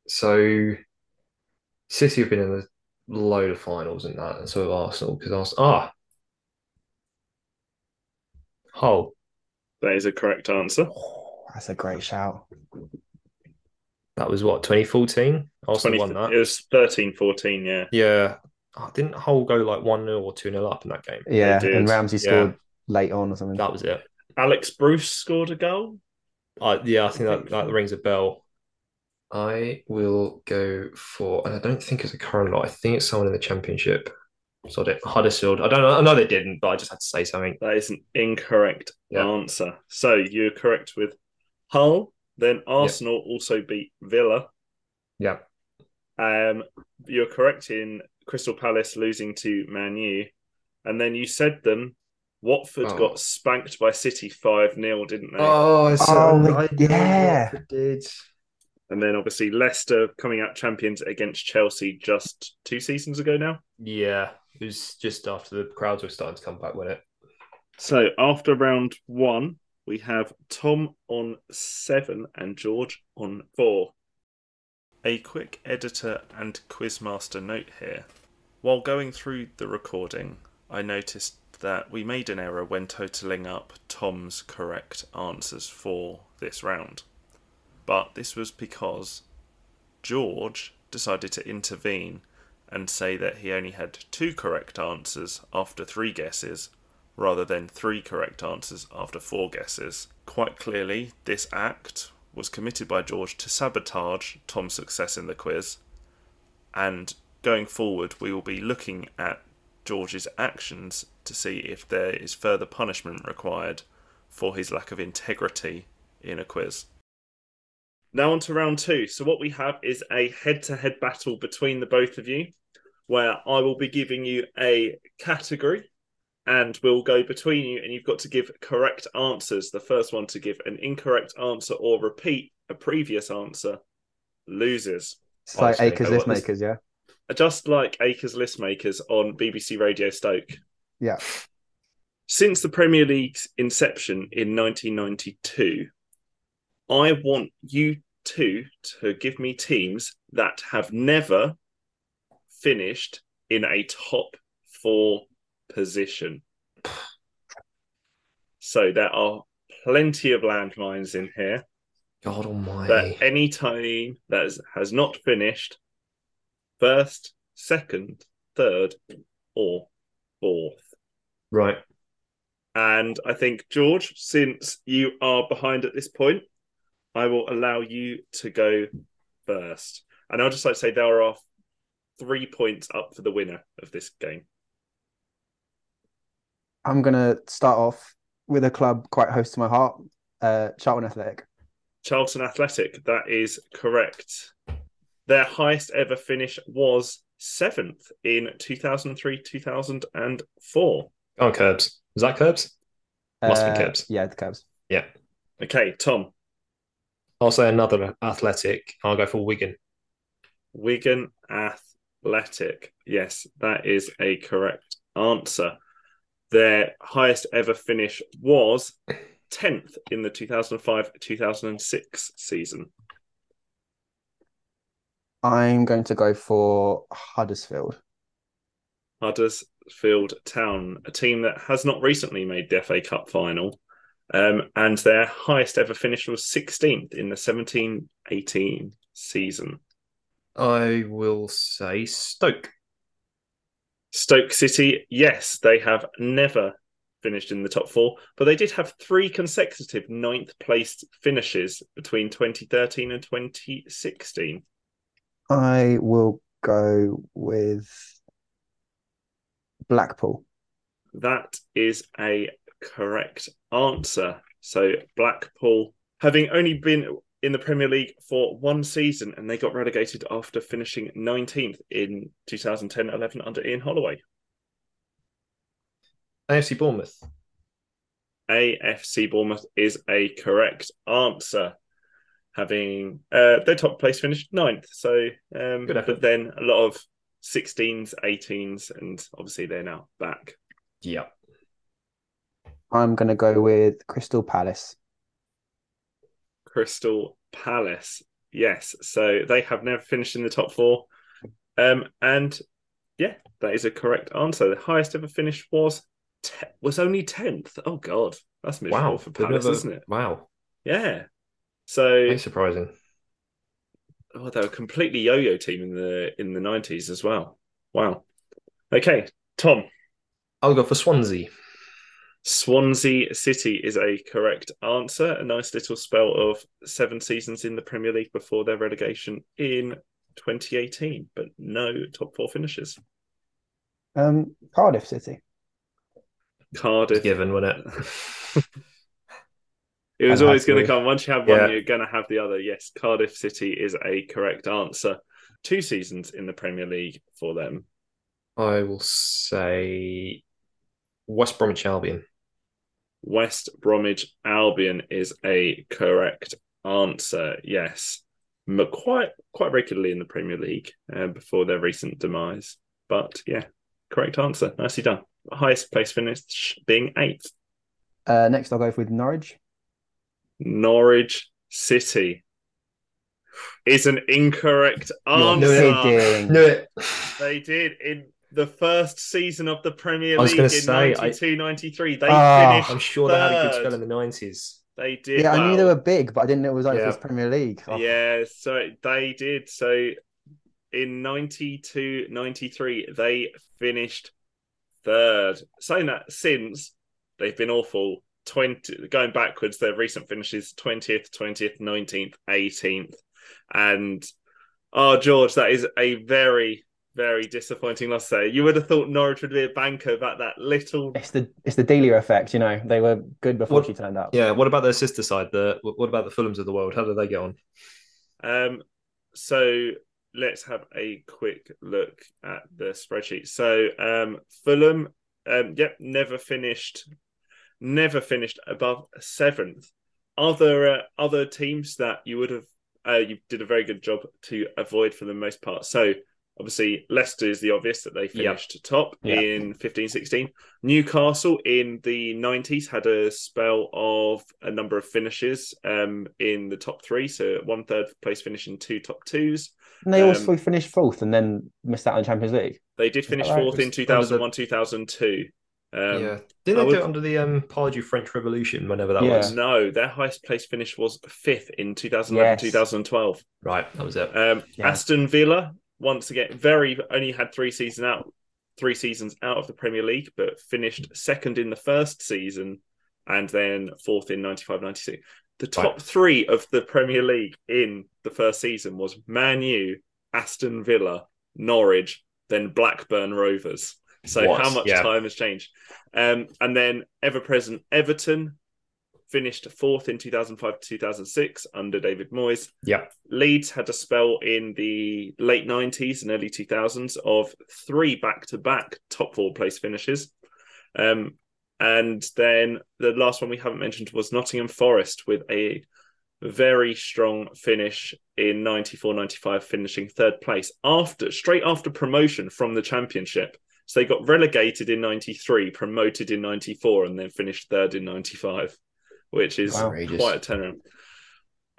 Speaker 3: So, City have been in a load of finals and that, and so have Arsenal because Arsenal. Ah, Hull.
Speaker 2: that is a correct answer.
Speaker 4: Oh, that's a great shout.
Speaker 3: That was what 2014. Arsenal
Speaker 2: 20,
Speaker 3: won that.
Speaker 2: It was 13 14, yeah.
Speaker 3: yeah, oh, didn't Hull go like one 0 or two 0 up in that game?
Speaker 4: Yeah,
Speaker 2: They
Speaker 4: and
Speaker 2: did.
Speaker 4: Ramsey scored late on or something.
Speaker 3: That was it.
Speaker 2: Alex Bruce scored a goal.
Speaker 3: I yeah, I think that, that rings a bell. I will go for, and I don't think it's a current lot. I think it's someone in the championship. Sod it, Huddersfield. I don't know. I know they didn't, but I just had to say something.
Speaker 2: That is an incorrect
Speaker 3: Yeah.
Speaker 2: answer. So you're correct with Hull. Then Arsenal also beat Villa.
Speaker 3: Yeah.
Speaker 2: Um, you're correct in Crystal Palace losing to Man U. And then you said them. Watford
Speaker 3: Oh.
Speaker 2: got spanked by City 5 0, didn't they?
Speaker 3: Oh, so
Speaker 4: Oh, yeah.
Speaker 3: Did
Speaker 2: And then obviously Leicester coming out champions against Chelsea just two seasons ago now.
Speaker 3: yeah. It was just after the crowds were starting to come back, wasn't it?
Speaker 2: So after round one, we have Tom on seven and George on four. A quick editor and quizmaster note here. While going through the recording, I noticed that we made an error when totalling up Tom's correct answers for this round. But this was because George decided to intervene and say that he only had two correct answers after three guesses rather than three correct answers after four guesses. Quite clearly, this act was committed by George to sabotage Tom's success in the quiz, and going forward, we will be looking at George's actions to see if there is further punishment required for his lack of integrity in a quiz. Now on to round two. So what we have is a head-to-head battle between the both of you, where I will be giving you a category and we'll go between you and you've got to give correct answers the first one to give an incorrect answer or repeat a previous answer loses
Speaker 4: It's like
Speaker 3: I see.
Speaker 4: Acres
Speaker 3: Oh,
Speaker 4: List
Speaker 3: what is-
Speaker 4: Makers, yeah?
Speaker 2: just like Acres List Makers on BBC Radio Stoke
Speaker 4: Yeah.
Speaker 2: since the Premier League's inception in 1992, I want you two to give me teams that have never finished in a top four position. So there are plenty of landmines in here
Speaker 3: God Almighty.
Speaker 2: that any team that has- has not finished first, second, third, or fourth.
Speaker 3: Right.
Speaker 2: And I think, George, since you are behind at this point, I will allow you to go first. And I'll just like to say there are three points up for the winner of this game.
Speaker 4: I'm gonna start off with a club quite close to my heart, uh, Charlton Athletic.
Speaker 2: Charlton Athletic, that is correct. Their highest ever finish was seventh in 2003 2004.
Speaker 3: Oh, Curbs. Is that Curbs? Must be
Speaker 4: Uh,
Speaker 3: Cubs.
Speaker 4: Yeah, the Cubs.
Speaker 2: Okay, Tom,
Speaker 3: I'll say another athletic. I'll go for Wigan.
Speaker 2: Wigan Athletic. Yes, that is a correct answer. Their highest ever finish was 10th in the 2005 2006 season.
Speaker 4: I'm going to go for Huddersfield.
Speaker 2: Huddersfield Town, a team that has not recently made the FA Cup final. Um, and their highest ever finish was 16th in the 17 18 season.
Speaker 3: I will say Stoke.
Speaker 2: Stoke City, yes, they have never finished in the top four, but they did have three consecutive ninth placed finishes between 2013 and 2016.
Speaker 4: I will go with Blackpool.
Speaker 2: That is a correct answer. So Blackpool, having only been in the Premier League for one season, and they got relegated after finishing 19th in 2010-11 under Ian Holloway.
Speaker 3: AFC Bournemouth.
Speaker 2: AFC Bournemouth is a correct answer. Having uh, their top place finished ninth, so um,
Speaker 3: Good effort.
Speaker 2: but then a lot of 16s, 18s, and obviously they're now back.
Speaker 3: Yeah.
Speaker 4: I'm gonna go with Crystal Palace.
Speaker 2: Crystal Palace. Yes, so they have never finished in the top four. Um, and yeah, that is a correct answer. The highest ever finish was te- was only tenth. Oh God, that's miserable
Speaker 3: Wow.
Speaker 2: for
Speaker 3: They've
Speaker 2: Palace,
Speaker 3: never-
Speaker 2: isn't it?
Speaker 3: Wow.
Speaker 2: Yeah. So
Speaker 3: That's surprising.
Speaker 2: oh, they were a completely yo-yo team in the in the nineties as well. Wow. Okay, Tom.
Speaker 3: I'll go Oh, for Swansea.
Speaker 2: Swansea City is a correct answer. A nice little spell of seven seasons in the Premier League before their relegation in 2018, but no top four finishes.
Speaker 4: Um, Cardiff City.
Speaker 2: Cardiff.
Speaker 3: Given, wasn't it?
Speaker 2: It was
Speaker 4: I'd have
Speaker 2: always
Speaker 4: to
Speaker 2: going to
Speaker 4: go-
Speaker 2: come. Once you have one,
Speaker 3: Yeah.
Speaker 2: you're going to have the other. Yes, Cardiff City is a correct answer. Two seasons in the Premier League for them.
Speaker 3: I will say West Bromwich Albion.
Speaker 2: West Bromwich Albion is a correct answer. Yes, M- quite quite regularly in the Premier League uh, before their recent demise. But yeah, correct answer. Nicely done. Highest place finish being eighth.
Speaker 4: Uh, next I'll go with Norwich.
Speaker 2: Norwich City is an incorrect
Speaker 3: No,
Speaker 2: answer.
Speaker 3: no, no,
Speaker 4: Kidding.
Speaker 3: Knew it.
Speaker 2: They did in the first season of the Premier
Speaker 3: I was
Speaker 2: League in
Speaker 3: gonna say, I-
Speaker 2: 92 93. They
Speaker 4: Ah.
Speaker 2: finished.
Speaker 3: I'm sure they had a good
Speaker 2: Third.
Speaker 3: spell in the 90s.
Speaker 2: They did.
Speaker 4: Yeah, I knew they
Speaker 2: well.
Speaker 4: were big, but I didn't know it was only
Speaker 3: Yeah.
Speaker 4: for the Premier League. Oh,
Speaker 2: Yeah, so they did. So in 92 93, they finished third. Saying that since they've been awful. 20 going backwards, their recent finishes 20th, 20th, 19th, 18th. And oh, George, that is a very, very disappointing loss there. You would have thought Norwich would be a banker about that little.
Speaker 4: It's the it's the Delia effect, you know. They were good before
Speaker 3: What-
Speaker 4: she turned up.
Speaker 3: Yeah. What about their sister side? The what about the Fulhams of the world? How do they get on?
Speaker 2: Um, so let's have a quick look at the spreadsheet. So um, Fulham, um, yep, never finished, never finished above seventh. Other uh, other teams that you would have uh, you did a very good job to avoid for the most part. So obviously Leicester is the obvious that they finished top
Speaker 4: Yeah.
Speaker 2: in 15-16. Newcastle in the 90s had a spell of a number of finishes um, in the top three. So one third place finish and two top twos.
Speaker 4: And they
Speaker 2: Um,
Speaker 4: also finished fourth and then missed out on Champions League.
Speaker 2: They did finish
Speaker 4: Alright,
Speaker 2: fourth in
Speaker 3: just under the-
Speaker 2: 2001, 2002. Um,
Speaker 3: yeah. Didn't
Speaker 2: I
Speaker 3: they
Speaker 2: would-
Speaker 3: do it under the um, Pardew French Revolution? Whenever that
Speaker 4: Yeah.
Speaker 3: was.
Speaker 2: No, their highest place finish was fifth in 2011,
Speaker 4: Yes.
Speaker 2: 2012.
Speaker 3: Right. That was it.
Speaker 2: Um,
Speaker 4: Yeah.
Speaker 2: Aston Villa, once again, very only had three seasons out three seasons out of the Premier League, but finished second in the first season and then fourth in 95 96. The top
Speaker 3: Right.
Speaker 2: three of the Premier League in the first season was Man U, Aston Villa, Norwich, then Blackburn Rovers. So
Speaker 3: What?
Speaker 2: how much
Speaker 3: Yeah.
Speaker 2: time has changed? Um, and then ever present Everton finished fourth in 2005 to 2006 under David Moyes.
Speaker 3: Yeah.
Speaker 2: Leeds had a spell in the late 90s and early 2000s of three back to back top four place finishes. Um, and then the last one we haven't mentioned was Nottingham Forest with a very strong finish in 94 95, finishing third place after straight after promotion from the championship. So they got relegated in 93, promoted in 94, and then finished third in 95, which is
Speaker 4: Wow.
Speaker 2: quite a turnaround.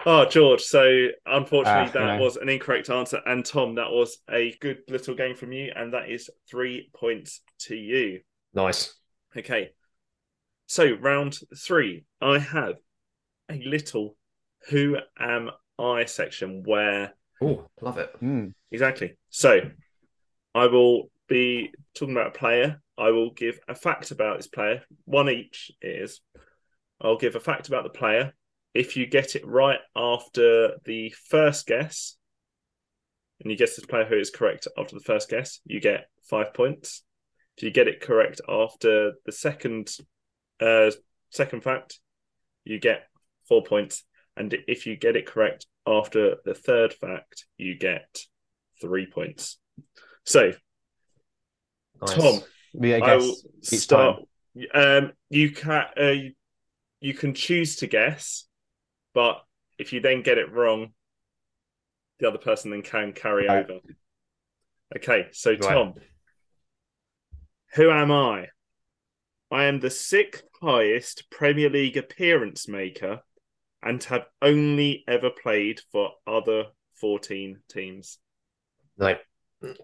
Speaker 2: Oh, George. So unfortunately,
Speaker 4: Ah,
Speaker 2: that
Speaker 4: no.
Speaker 2: was an incorrect answer. And Tom, that was a good little game from you. And that is three points to you.
Speaker 3: Nice.
Speaker 2: Okay. So round three, I have a little who am I section where
Speaker 3: Oh, love it.
Speaker 4: Hmm.
Speaker 2: exactly. So I will be talking about a player. I will give a fact about this player. One each it is. I'll give a fact about the player. If you get it right after the first guess, and you guess this player who is correct after the first guess, you get five points. If you get it correct after the second uh, second fact, you get four points. And if you get it correct after the third fact, you get three points. So,
Speaker 3: Nice.
Speaker 2: Tom,
Speaker 4: But yeah, I
Speaker 2: I
Speaker 4: guess
Speaker 2: will
Speaker 4: each
Speaker 2: start. Um, you can uh, you- you can choose to guess, but if you then get it wrong, the other person then can carry
Speaker 4: Right.
Speaker 2: over. Okay, so
Speaker 3: Right.
Speaker 2: Tom, who am I? I am the sixth highest Premier League appearance maker, and have only ever played for other fourteen teams.
Speaker 3: No,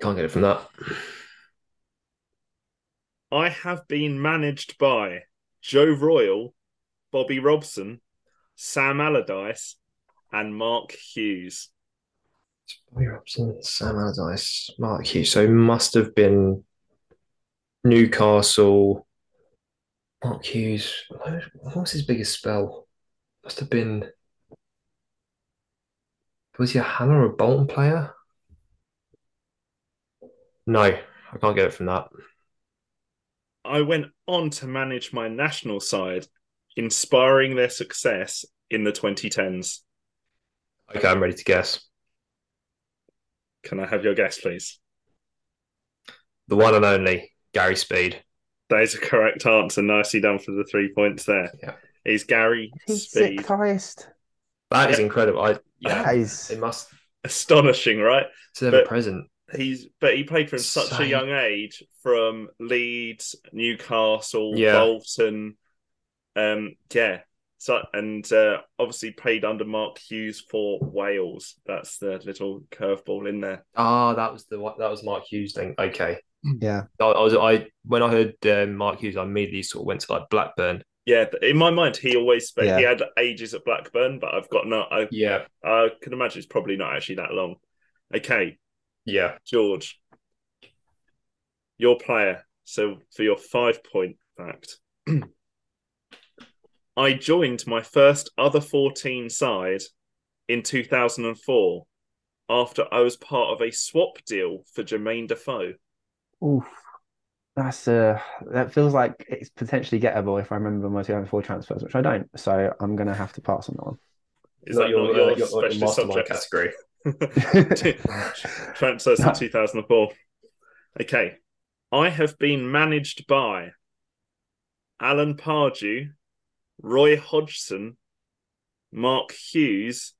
Speaker 3: can't get it from that.
Speaker 2: I have been managed by Joe Royal, Bobby Robson, Sam Allardyce, and Mark Hughes.
Speaker 3: Bobby Robson, Sam Allardyce, Mark Hughes. So must have been Newcastle. Mark Hughes. What was his biggest spell? Must have been. Was he a Hammer or a Bolton player? No, I can't get it from that.
Speaker 2: I went on to manage my national side, inspiring their success in the 2010s.
Speaker 3: Okay, I'm ready to guess.
Speaker 2: Can I have your guess, please?
Speaker 3: The one and only Gary Speed.
Speaker 2: That is a correct answer. Nicely done for the three points there.
Speaker 3: Yeah.
Speaker 2: Is Gary
Speaker 4: He's
Speaker 2: Speed.
Speaker 4: sixth highest.
Speaker 3: That is
Speaker 2: Yeah.
Speaker 3: incredible. I yeah,
Speaker 4: That is
Speaker 3: it must.
Speaker 2: Astonishing, right?
Speaker 3: It's ever
Speaker 2: But-
Speaker 3: present.
Speaker 2: He's but he played from such a
Speaker 3: Same.
Speaker 2: young age from Leeds, Newcastle,
Speaker 3: Yeah.
Speaker 2: Bolton. Um, yeah. So and uh, obviously played under Mark Hughes for Wales. That's the little curveball in there.
Speaker 3: Ah, that was the one- that was Mark Hughes thing. Okay,
Speaker 4: yeah.
Speaker 3: I, I was I when I heard uh, Mark Hughes, I immediately sort of went to like Blackburn.
Speaker 2: Yeah, th- in my mind, he always spent. He
Speaker 4: Yeah.
Speaker 2: had ages at Blackburn, but I've got no. I
Speaker 3: Yeah,
Speaker 2: I can imagine it's probably not actually that long. Okay,
Speaker 3: yeah.
Speaker 2: George, your player. So for your five point fact, I joined my first other 14 side in 2004 after I was part of a swap deal for Jermaine Defoe.
Speaker 4: Oof. That's uh that feels like it's potentially gettable if I remember my 2004 transfers, which I don't. So I'm gonna have to pass on that one.
Speaker 2: Is that your,
Speaker 3: uh,
Speaker 2: your,
Speaker 3: your- your
Speaker 2: specialist subject?
Speaker 3: category?
Speaker 2: Transfers
Speaker 4: No.
Speaker 2: in 2004. Okay. I have been managed by Alan Pardew, Roy Hodgson, Mark Hughes,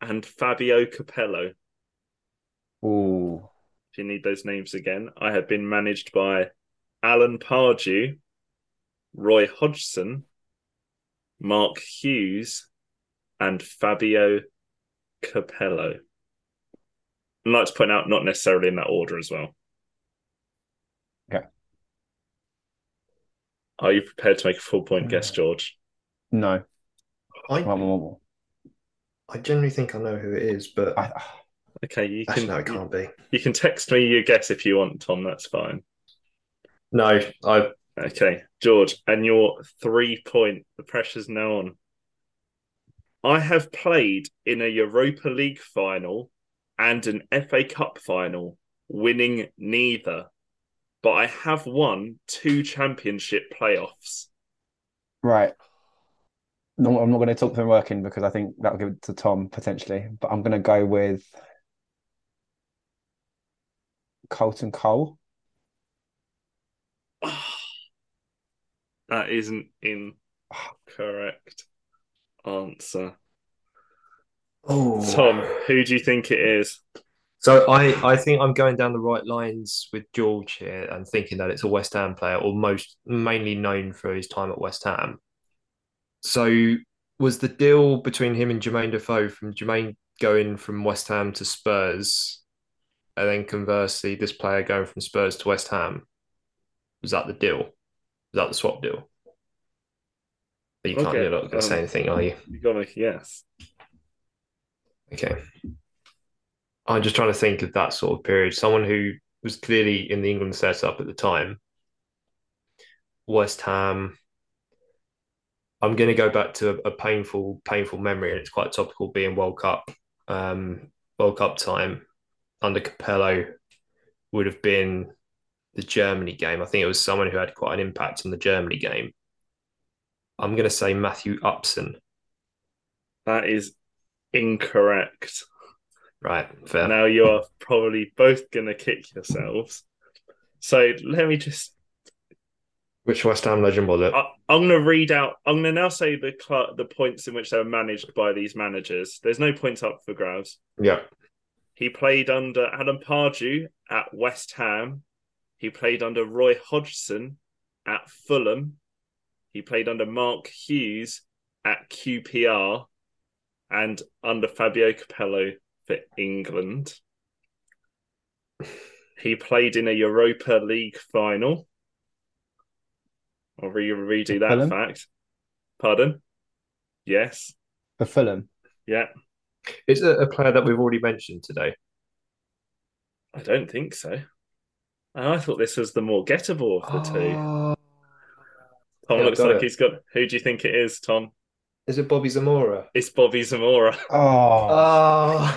Speaker 2: and Fabio Capello. If
Speaker 4: Ooh.
Speaker 2: you need those names again, I have been managed by Alan Pardew, Roy Hodgson, Mark Hughes, and Fabio Capello. I'd like to point out, not necessarily in that order as well.
Speaker 4: Okay.
Speaker 2: Are you prepared to make a full
Speaker 3: Uh,
Speaker 2: point guess, George?
Speaker 4: No.
Speaker 3: I,
Speaker 4: One more, one more.
Speaker 3: I generally think I know who it is, but
Speaker 4: I,
Speaker 2: Okay, you
Speaker 3: actually
Speaker 2: can
Speaker 3: no, it can't be.
Speaker 2: you can text me your guess if you want, Tom. That's fine.
Speaker 3: No, I
Speaker 2: Okay, George, and your three point, the pressure's now on. I have played in a Europa League final and an FA Cup final, winning neither, but I have won two championship playoffs.
Speaker 4: Right. No, I'm not going to talk them working because I think that'll give it to Tom potentially. But I'm going to go with Colton Cole.
Speaker 2: That isn't incorrect answer.
Speaker 3: oh
Speaker 2: Tom, who do you think it is?
Speaker 3: So I, I think I'm going down the right lines with George here and thinking that it's a West Ham player or most mainly known for his time at West Ham. So was the deal between him and Jermaine Defoe from Jermaine going from West Ham to Spurs and then conversely this player going from Spurs to West Ham? Was that the deal? Was that the swap deal? But you can't
Speaker 2: Okay,
Speaker 3: you're not gonna say
Speaker 2: um,
Speaker 3: anything, are you?
Speaker 2: You gotta yes.
Speaker 3: Okay. I'm just trying to think of that sort of period. Someone who was clearly in the England setup at the time. West Ham. I'm going to go back to a, a painful, painful memory, and it's quite topical being World Cup, um, World Cup time under Capello would have been the Germany game. I think it was someone who had quite an impact on the Germany game. I'm going to say Matthew Upson.
Speaker 2: That is incorrect.
Speaker 3: Right, fair.
Speaker 2: Now you are probably both going to kick yourselves. So let me just.
Speaker 3: Which West Ham legend was it?
Speaker 2: I, I'm going to read out. I'm going to now say the cl- the points in which they were managed by these managers. There's no points up for grabs.
Speaker 3: yeah.
Speaker 2: He played under Adam Pardew at West Ham. He played under Roy Hodgson at Fulham. He played under Mark Hughes at QPR and under Fabio Capello for England. He played in a Europa League final. I'll re- redo that
Speaker 4: Fulham?
Speaker 2: fact. Pardon? Yes.
Speaker 4: For Fulham.
Speaker 2: Yeah.
Speaker 3: Is it a player that we've already mentioned today?
Speaker 2: I don't think so. And I thought this was the more gettable of the
Speaker 4: Ah.
Speaker 2: two.
Speaker 3: Uh,
Speaker 2: Tom
Speaker 3: Yeah,
Speaker 2: looks
Speaker 3: got
Speaker 2: like
Speaker 3: it.
Speaker 2: he's got. Who do you think it is, Tom?
Speaker 3: Is it Bobby Zamora?
Speaker 2: It's Bobby Zamora.
Speaker 4: Oh.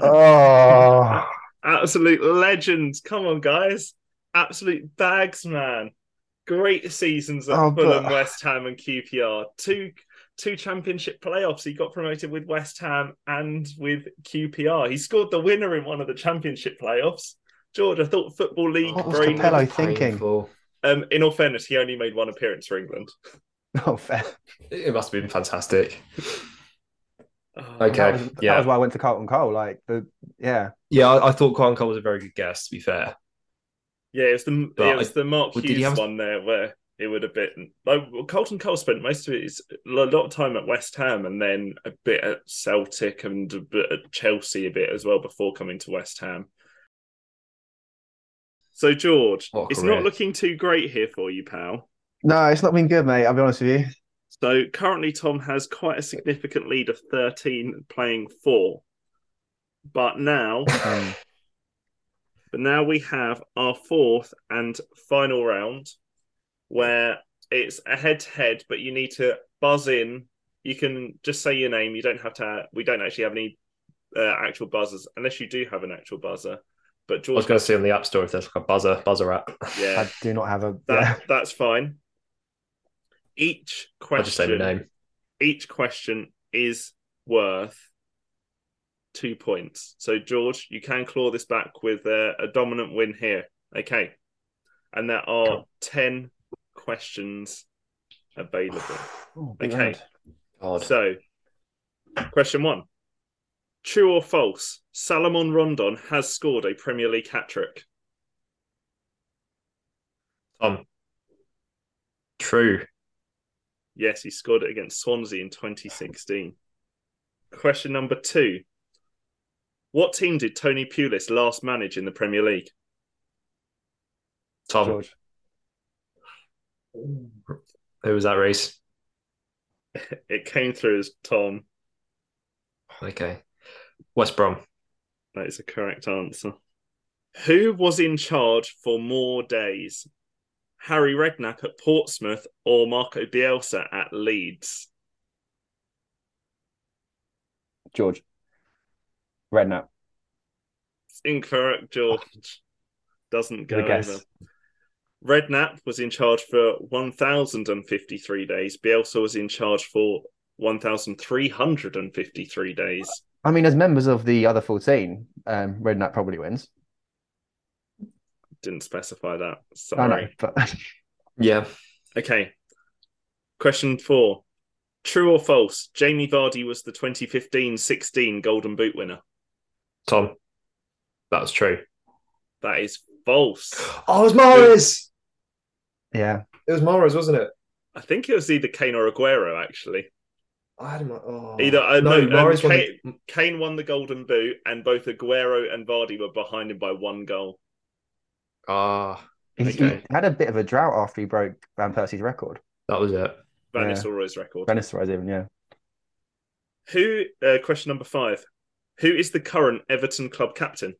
Speaker 3: Oh,
Speaker 4: Oh.
Speaker 2: Absolute legend. Come on, guys. Absolute bags, man. Great seasons at
Speaker 4: Oh, but-
Speaker 2: Fulham, West Ham, and QPR. Two two championship playoffs. He got promoted with West Ham and with QPR. He scored the winner in one of the championship playoffs. George, I thought Football League
Speaker 4: What Oh, was
Speaker 2: brain.
Speaker 4: Capello thinking?
Speaker 3: painful.
Speaker 2: Um, in all fairness, he only made one appearance for England.
Speaker 4: Oh, fair.
Speaker 3: It must have been fantastic.
Speaker 2: Oh,
Speaker 3: Okay,
Speaker 4: That was,
Speaker 3: yeah.
Speaker 4: that was why I went to Colton Cole. Like the yeah.
Speaker 3: Yeah, I, I thought Colin Cole was a very good guess, to be fair.
Speaker 2: Yeah, it was the
Speaker 3: But
Speaker 2: it was
Speaker 3: I-
Speaker 2: the Mark
Speaker 3: well, did he
Speaker 2: Hughes
Speaker 3: have a-
Speaker 2: one there where it would have been like well, Colton Cole spent most of his a lot of time at West Ham and then a bit at Celtic and a bit at Chelsea a bit as well before coming to West Ham. So George,
Speaker 3: What a
Speaker 2: it's
Speaker 3: career.
Speaker 2: not looking too great here for you, pal.
Speaker 4: No, it's not been good, mate. I'll be honest with you.
Speaker 2: So currently Tom has quite a significant lead of 13 playing 4. But now
Speaker 4: Um,
Speaker 2: But now we have our fourth and final round where it's a head to head, but you need to buzz in. You can just say your name. You don't have to, we don't actually have any uh, actual buzzers unless you do have an actual buzzer. But
Speaker 3: I was
Speaker 2: George,
Speaker 3: going to see on the App Store if there's like a buzzer, buzzer app.
Speaker 2: yeah,
Speaker 4: I do not have a.
Speaker 2: that,
Speaker 4: yeah.
Speaker 2: that's fine. Each
Speaker 3: I'll just say the
Speaker 2: question,
Speaker 3: name.
Speaker 2: each question is worth two points. So, George, you can claw this back with a, a dominant win here. Okay. And there are 10 questions available.
Speaker 4: Oh, big
Speaker 2: Okay.
Speaker 4: round.
Speaker 3: God.
Speaker 2: So, question one True or false? Salomon Rondon has scored a Premier League hat trick.
Speaker 3: Tom. True.
Speaker 2: Yes, he scored it against Swansea in 2016. Question number two What team did Tony Pulis last manage in the Premier League?
Speaker 3: Tom.
Speaker 4: George.
Speaker 3: Who was that race?
Speaker 2: It came through as Tom.
Speaker 3: Okay. West Brom.
Speaker 2: That is a correct answer. Who was in charge for more days, Harry Redknapp at Portsmouth or Marco Bielsa at Leeds?
Speaker 4: George. Redknapp.
Speaker 2: It's incorrect, George. Doesn't go
Speaker 4: Good
Speaker 2: over.
Speaker 4: guess.
Speaker 2: Redknapp was in charge for 1,053 days. Bielsa was in charge for 1,353 days.
Speaker 4: I mean, as members of the other 14, um, Redknapp probably wins.
Speaker 2: Didn't specify that.
Speaker 4: I
Speaker 2: Sorry.
Speaker 4: know, but
Speaker 3: Yeah.
Speaker 2: Okay. Question four. True or false? Jamie Vardy was the 2015-16 Golden Boot winner.
Speaker 3: Tom. That was true.
Speaker 2: That is false.
Speaker 3: Oh, it was Mares.
Speaker 4: yeah.
Speaker 3: It was Mares, wasn't it?
Speaker 2: I think it was either Kane or Aguero, actually.
Speaker 3: I had him. Oh.
Speaker 2: Either- uh, no, um,
Speaker 3: Mahrez won
Speaker 2: Kate-
Speaker 3: the-
Speaker 2: Kane won the Golden Boot, and both Aguero and Vardy were behind him by one goal.
Speaker 3: Ah,
Speaker 4: He's,
Speaker 3: Okay.
Speaker 4: He had a bit of a drought after he broke Van Persie's record.
Speaker 3: that was it.
Speaker 2: Van
Speaker 4: Yeah.
Speaker 2: Nistelrooy's record.
Speaker 4: Venice rise even, yeah.
Speaker 2: Who? Uh, question number five. Who is the current Everton club captain?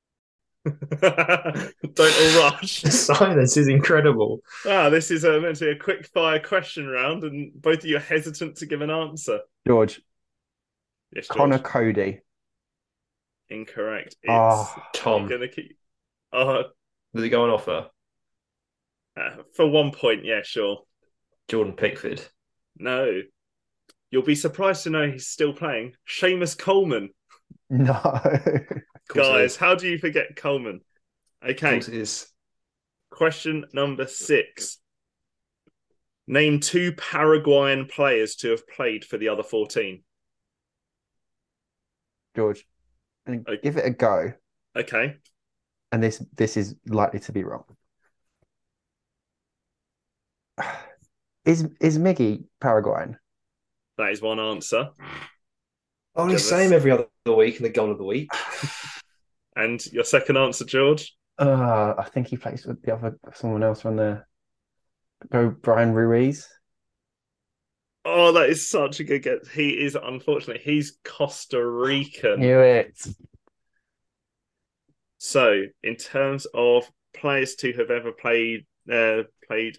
Speaker 2: Don't all rush.
Speaker 3: The silence is incredible.
Speaker 2: Ah, this is uh, meant to be a quick fire question round, and both of you are hesitant to give an answer.
Speaker 4: George,
Speaker 2: Yes, George.
Speaker 4: Connor Cody.
Speaker 2: Incorrect. It's
Speaker 4: Oh,
Speaker 3: Tom,
Speaker 2: gonna keep. Uh,
Speaker 3: did it go on offer?
Speaker 2: uh, for one point, yeah, sure.
Speaker 3: Jordan Pickford.
Speaker 2: No, you'll be surprised to know he's still playing. Seamus Coleman,
Speaker 4: no.
Speaker 3: Of course it
Speaker 2: guys,
Speaker 3: is.
Speaker 2: how do you forget Coleman?
Speaker 3: Of
Speaker 2: Okay,
Speaker 3: course it is.
Speaker 2: question number six. Name two Paraguayan players to have played for the other fourteen.
Speaker 4: George, I think
Speaker 2: Okay.
Speaker 4: give it a go.
Speaker 2: Okay,
Speaker 4: And this this is likely to be wrong. Is is Miggy Paraguayan?
Speaker 2: that is one answer,
Speaker 3: Only
Speaker 2: Goodness.
Speaker 3: Oh, same every other week and the goal of the week.
Speaker 2: and your second answer, George.
Speaker 4: Uh, I think he plays with the other someone else from there. Go Brian Ruiz.
Speaker 2: Oh, that is such a good guess. He is unfortunately he's Costa Rican.
Speaker 4: Knew it.
Speaker 2: So, in terms of players to have ever played uh, played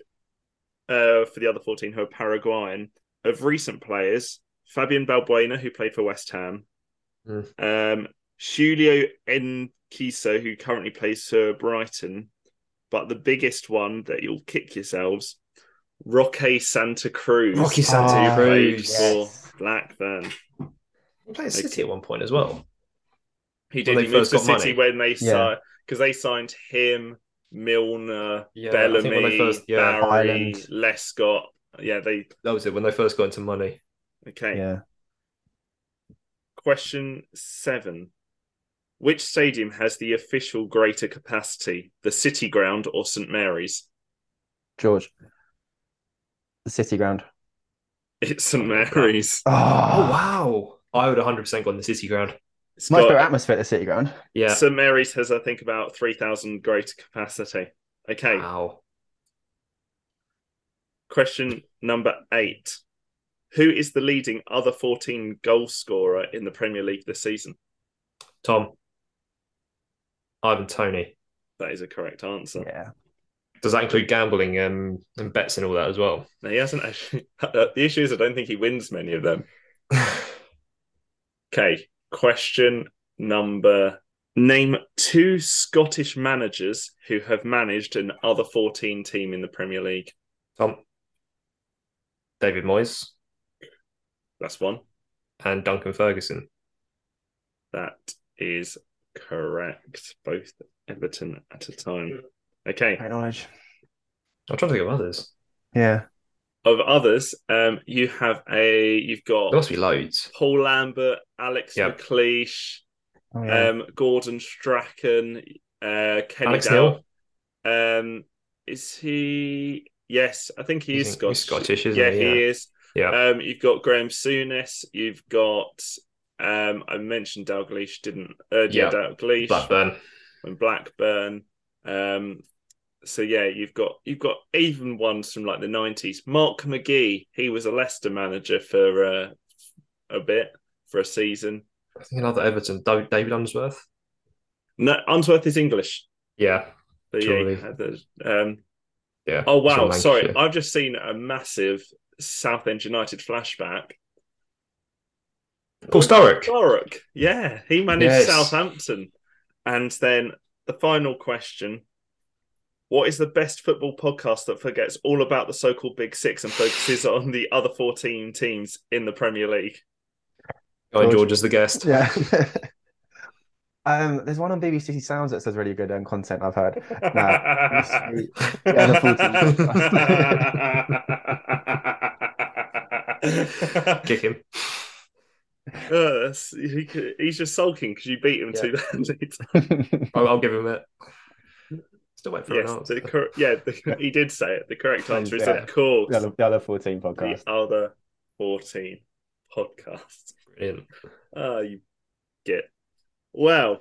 Speaker 2: uh, for the other fourteen who are Paraguayan, of recent players, Fabian Balbuena, who played for West Ham,
Speaker 3: Mm.
Speaker 2: um, Julio Enquiso, who currently plays for Brighton, but the biggest one that you'll kick yourselves, Roque Santa Cruz,
Speaker 3: Rocky
Speaker 4: Santa
Speaker 3: Santa
Speaker 2: who played
Speaker 3: Cruz.
Speaker 4: yeah.
Speaker 2: for Blackburn.
Speaker 3: He played at City at one point as well.
Speaker 2: He
Speaker 3: When
Speaker 2: did.
Speaker 3: they
Speaker 2: He moved
Speaker 3: first
Speaker 2: to
Speaker 3: got
Speaker 2: City
Speaker 3: money.
Speaker 2: when they
Speaker 4: Yeah.
Speaker 2: signed because they signed him, Milner,
Speaker 3: Yeah, I think when they
Speaker 2: Bellamy,
Speaker 3: first- yeah.
Speaker 2: Barry,
Speaker 4: Ireland.
Speaker 2: Lescott. Yeah, they
Speaker 3: That was it when they first got into money.
Speaker 2: okay.
Speaker 4: Yeah.
Speaker 2: Question seven: Which stadium has the official greater capacity, the City Ground or St Mary's?
Speaker 4: George. The City Ground.
Speaker 2: It's St Mary's.
Speaker 3: Oh
Speaker 4: Oh,
Speaker 3: wow! I would 100 percent go on the City ground.
Speaker 2: It's
Speaker 4: much
Speaker 2: got-
Speaker 4: better atmosphere at the City Ground.
Speaker 3: Yeah.
Speaker 2: St Mary's has, I think, about three thousand greater capacity. Okay.
Speaker 3: Wow.
Speaker 2: Question number eight. Who is the leading other 14 goal scorer in the Premier League this season?
Speaker 3: Tom. Ivan Tony.
Speaker 2: That is a correct answer.
Speaker 4: Yeah.
Speaker 3: Does that include gambling um, and bets and all that as well?
Speaker 2: Now, he hasn't actually. the issue is, I don't think he wins many of them. Okay. Question number Name two Scottish managers who have managed an other 14 team in the Premier League.
Speaker 3: Tom. David Moyes
Speaker 2: That's one.
Speaker 3: and Duncan Ferguson.
Speaker 2: That is correct. Both Everton at a time. Okay.
Speaker 4: Great knowledge.
Speaker 3: I'm trying to think of others.
Speaker 4: Yeah.
Speaker 2: Of others, um, you have a. You've got.
Speaker 3: There must be loads.
Speaker 2: Paul Lambert, Alex
Speaker 3: Yep.
Speaker 2: McLeish,
Speaker 4: Oh, yeah.
Speaker 2: um, Gordon Strachan, uh, Kenny
Speaker 3: Alex
Speaker 2: Dow. Um, is he? Yes, I think he
Speaker 3: He's
Speaker 2: is
Speaker 3: in- he's
Speaker 2: Scottish.
Speaker 3: Scottish, isn't
Speaker 2: yeah,
Speaker 3: he?
Speaker 2: he
Speaker 3: Yeah.
Speaker 2: is.
Speaker 3: Yeah.
Speaker 2: Um, you've got Graham Souness. You've got. Um, I mentioned Dalgleish, didn't? Uh, yeah,
Speaker 3: Yeah.
Speaker 2: Dalgleish
Speaker 3: Blackburn.
Speaker 2: and Blackburn. Um, so yeah, you've got you've got even ones from like the nineties. Mark McGee, he was a Leicester manager for uh, a bit for a season.
Speaker 3: I think another Everton. Da- David Unsworth.
Speaker 2: No, Unsworth is English.
Speaker 3: Yeah.
Speaker 2: But yeah,
Speaker 3: Surely.
Speaker 2: you had the- um,
Speaker 3: Yeah.
Speaker 2: Oh wow!
Speaker 3: from
Speaker 2: Sorry,
Speaker 3: Lancashire.
Speaker 2: I've just seen a massive Southend United flashback.
Speaker 3: Paul Sturrock.
Speaker 2: Doric, yeah, he managed
Speaker 3: Yes.
Speaker 2: Southampton. And then the final question: What is the best football podcast that forgets all about the so-called Big Six and focuses on the other fourteen teams in the Premier League?
Speaker 3: Guy George is the guest.
Speaker 4: Yeah. um, there's one on BBC Sounds that says really good um, content I've heard. Nah, it's- Yeah,
Speaker 3: Kick him.
Speaker 2: Uh, that's- he could- he's just sulking because you beat him
Speaker 3: Yeah.
Speaker 2: to that.
Speaker 3: I'll, I'll give him it. Still wait for
Speaker 2: yes,
Speaker 3: an answer.
Speaker 2: the cor- yeah, the, he did say it. The correct answer is
Speaker 4: Yeah.
Speaker 2: of course
Speaker 4: the, other, the other 14
Speaker 2: the
Speaker 4: podcast.
Speaker 2: other fourteen podcast.
Speaker 3: Brilliant.
Speaker 2: Ah, you get. Well,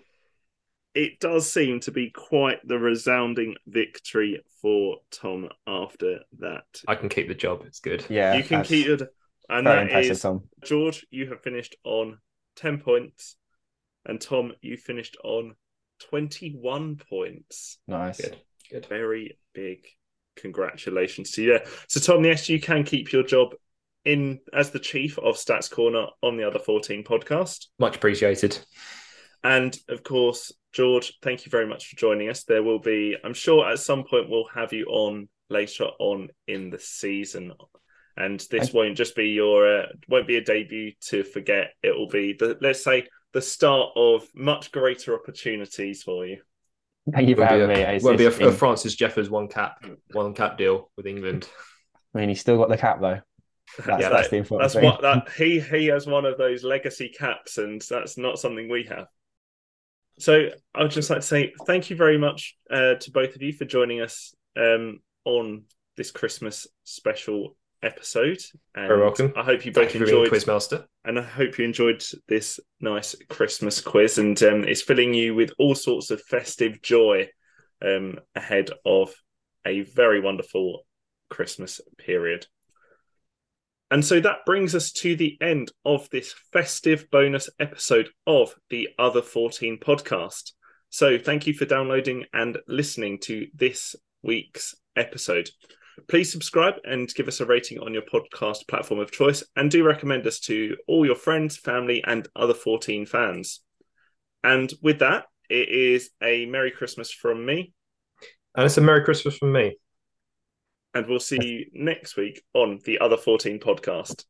Speaker 2: it does seem to be quite the resounding victory for Tom after that.
Speaker 3: I can keep the job. It's good.
Speaker 4: Yeah.
Speaker 2: you can
Speaker 4: that's
Speaker 2: keep it, and
Speaker 4: Very
Speaker 2: that
Speaker 4: impressive,
Speaker 2: is
Speaker 4: Tom.
Speaker 2: George. You have finished on ten points, and Tom, you finished on twenty-one points.
Speaker 4: Nice.
Speaker 3: Good. Good.
Speaker 2: Very big congratulations to you. there. So, Tom, yes, you can keep your job in as the chief of Stats Corner on the other fourteen podcast.
Speaker 3: Much appreciated.
Speaker 2: And of course, George, thank you very much for joining us. There will be, I'm sure, at some point we'll have you on later on in the season. And this
Speaker 4: Thank-
Speaker 2: won't just be your, uh, won't be a debut to forget. It will be the, let's say, the start of much greater opportunities for you.
Speaker 4: Thank you for
Speaker 3: Won't be
Speaker 4: having
Speaker 3: a-
Speaker 4: me. It's-
Speaker 3: won't be a,
Speaker 4: it's been-
Speaker 3: a Francis Jeffers one cap, one cap deal with England.
Speaker 4: I mean, he's still got the cap, though. That's,
Speaker 2: Yeah,
Speaker 4: that's
Speaker 2: that-
Speaker 4: the important
Speaker 2: That's
Speaker 4: thing.
Speaker 2: what that he he has one of those legacy caps, and that's not something we have. So I would just like to say thank you very much uh, to both of you for joining us um, on this Christmas special episode. And
Speaker 3: Very welcome.
Speaker 2: I hope you both
Speaker 3: Thank you for being a
Speaker 2: enjoyed,
Speaker 3: quizmaster.
Speaker 2: and I hope you enjoyed this nice Christmas quiz, and um, it's filling you with all sorts of festive joy um, ahead of a very wonderful Christmas period. And so that brings us to the end of this festive bonus episode of the Other 14 podcast. So thank you for downloading and listening to this week's episode. Please subscribe and give us a rating on your podcast platform of choice and do recommend us to all your friends, family, and other 14 fans. And with that, it is a Merry Christmas from me,
Speaker 3: And it's a Merry Christmas from me.
Speaker 2: and we'll see you next week on the Other 14 podcast.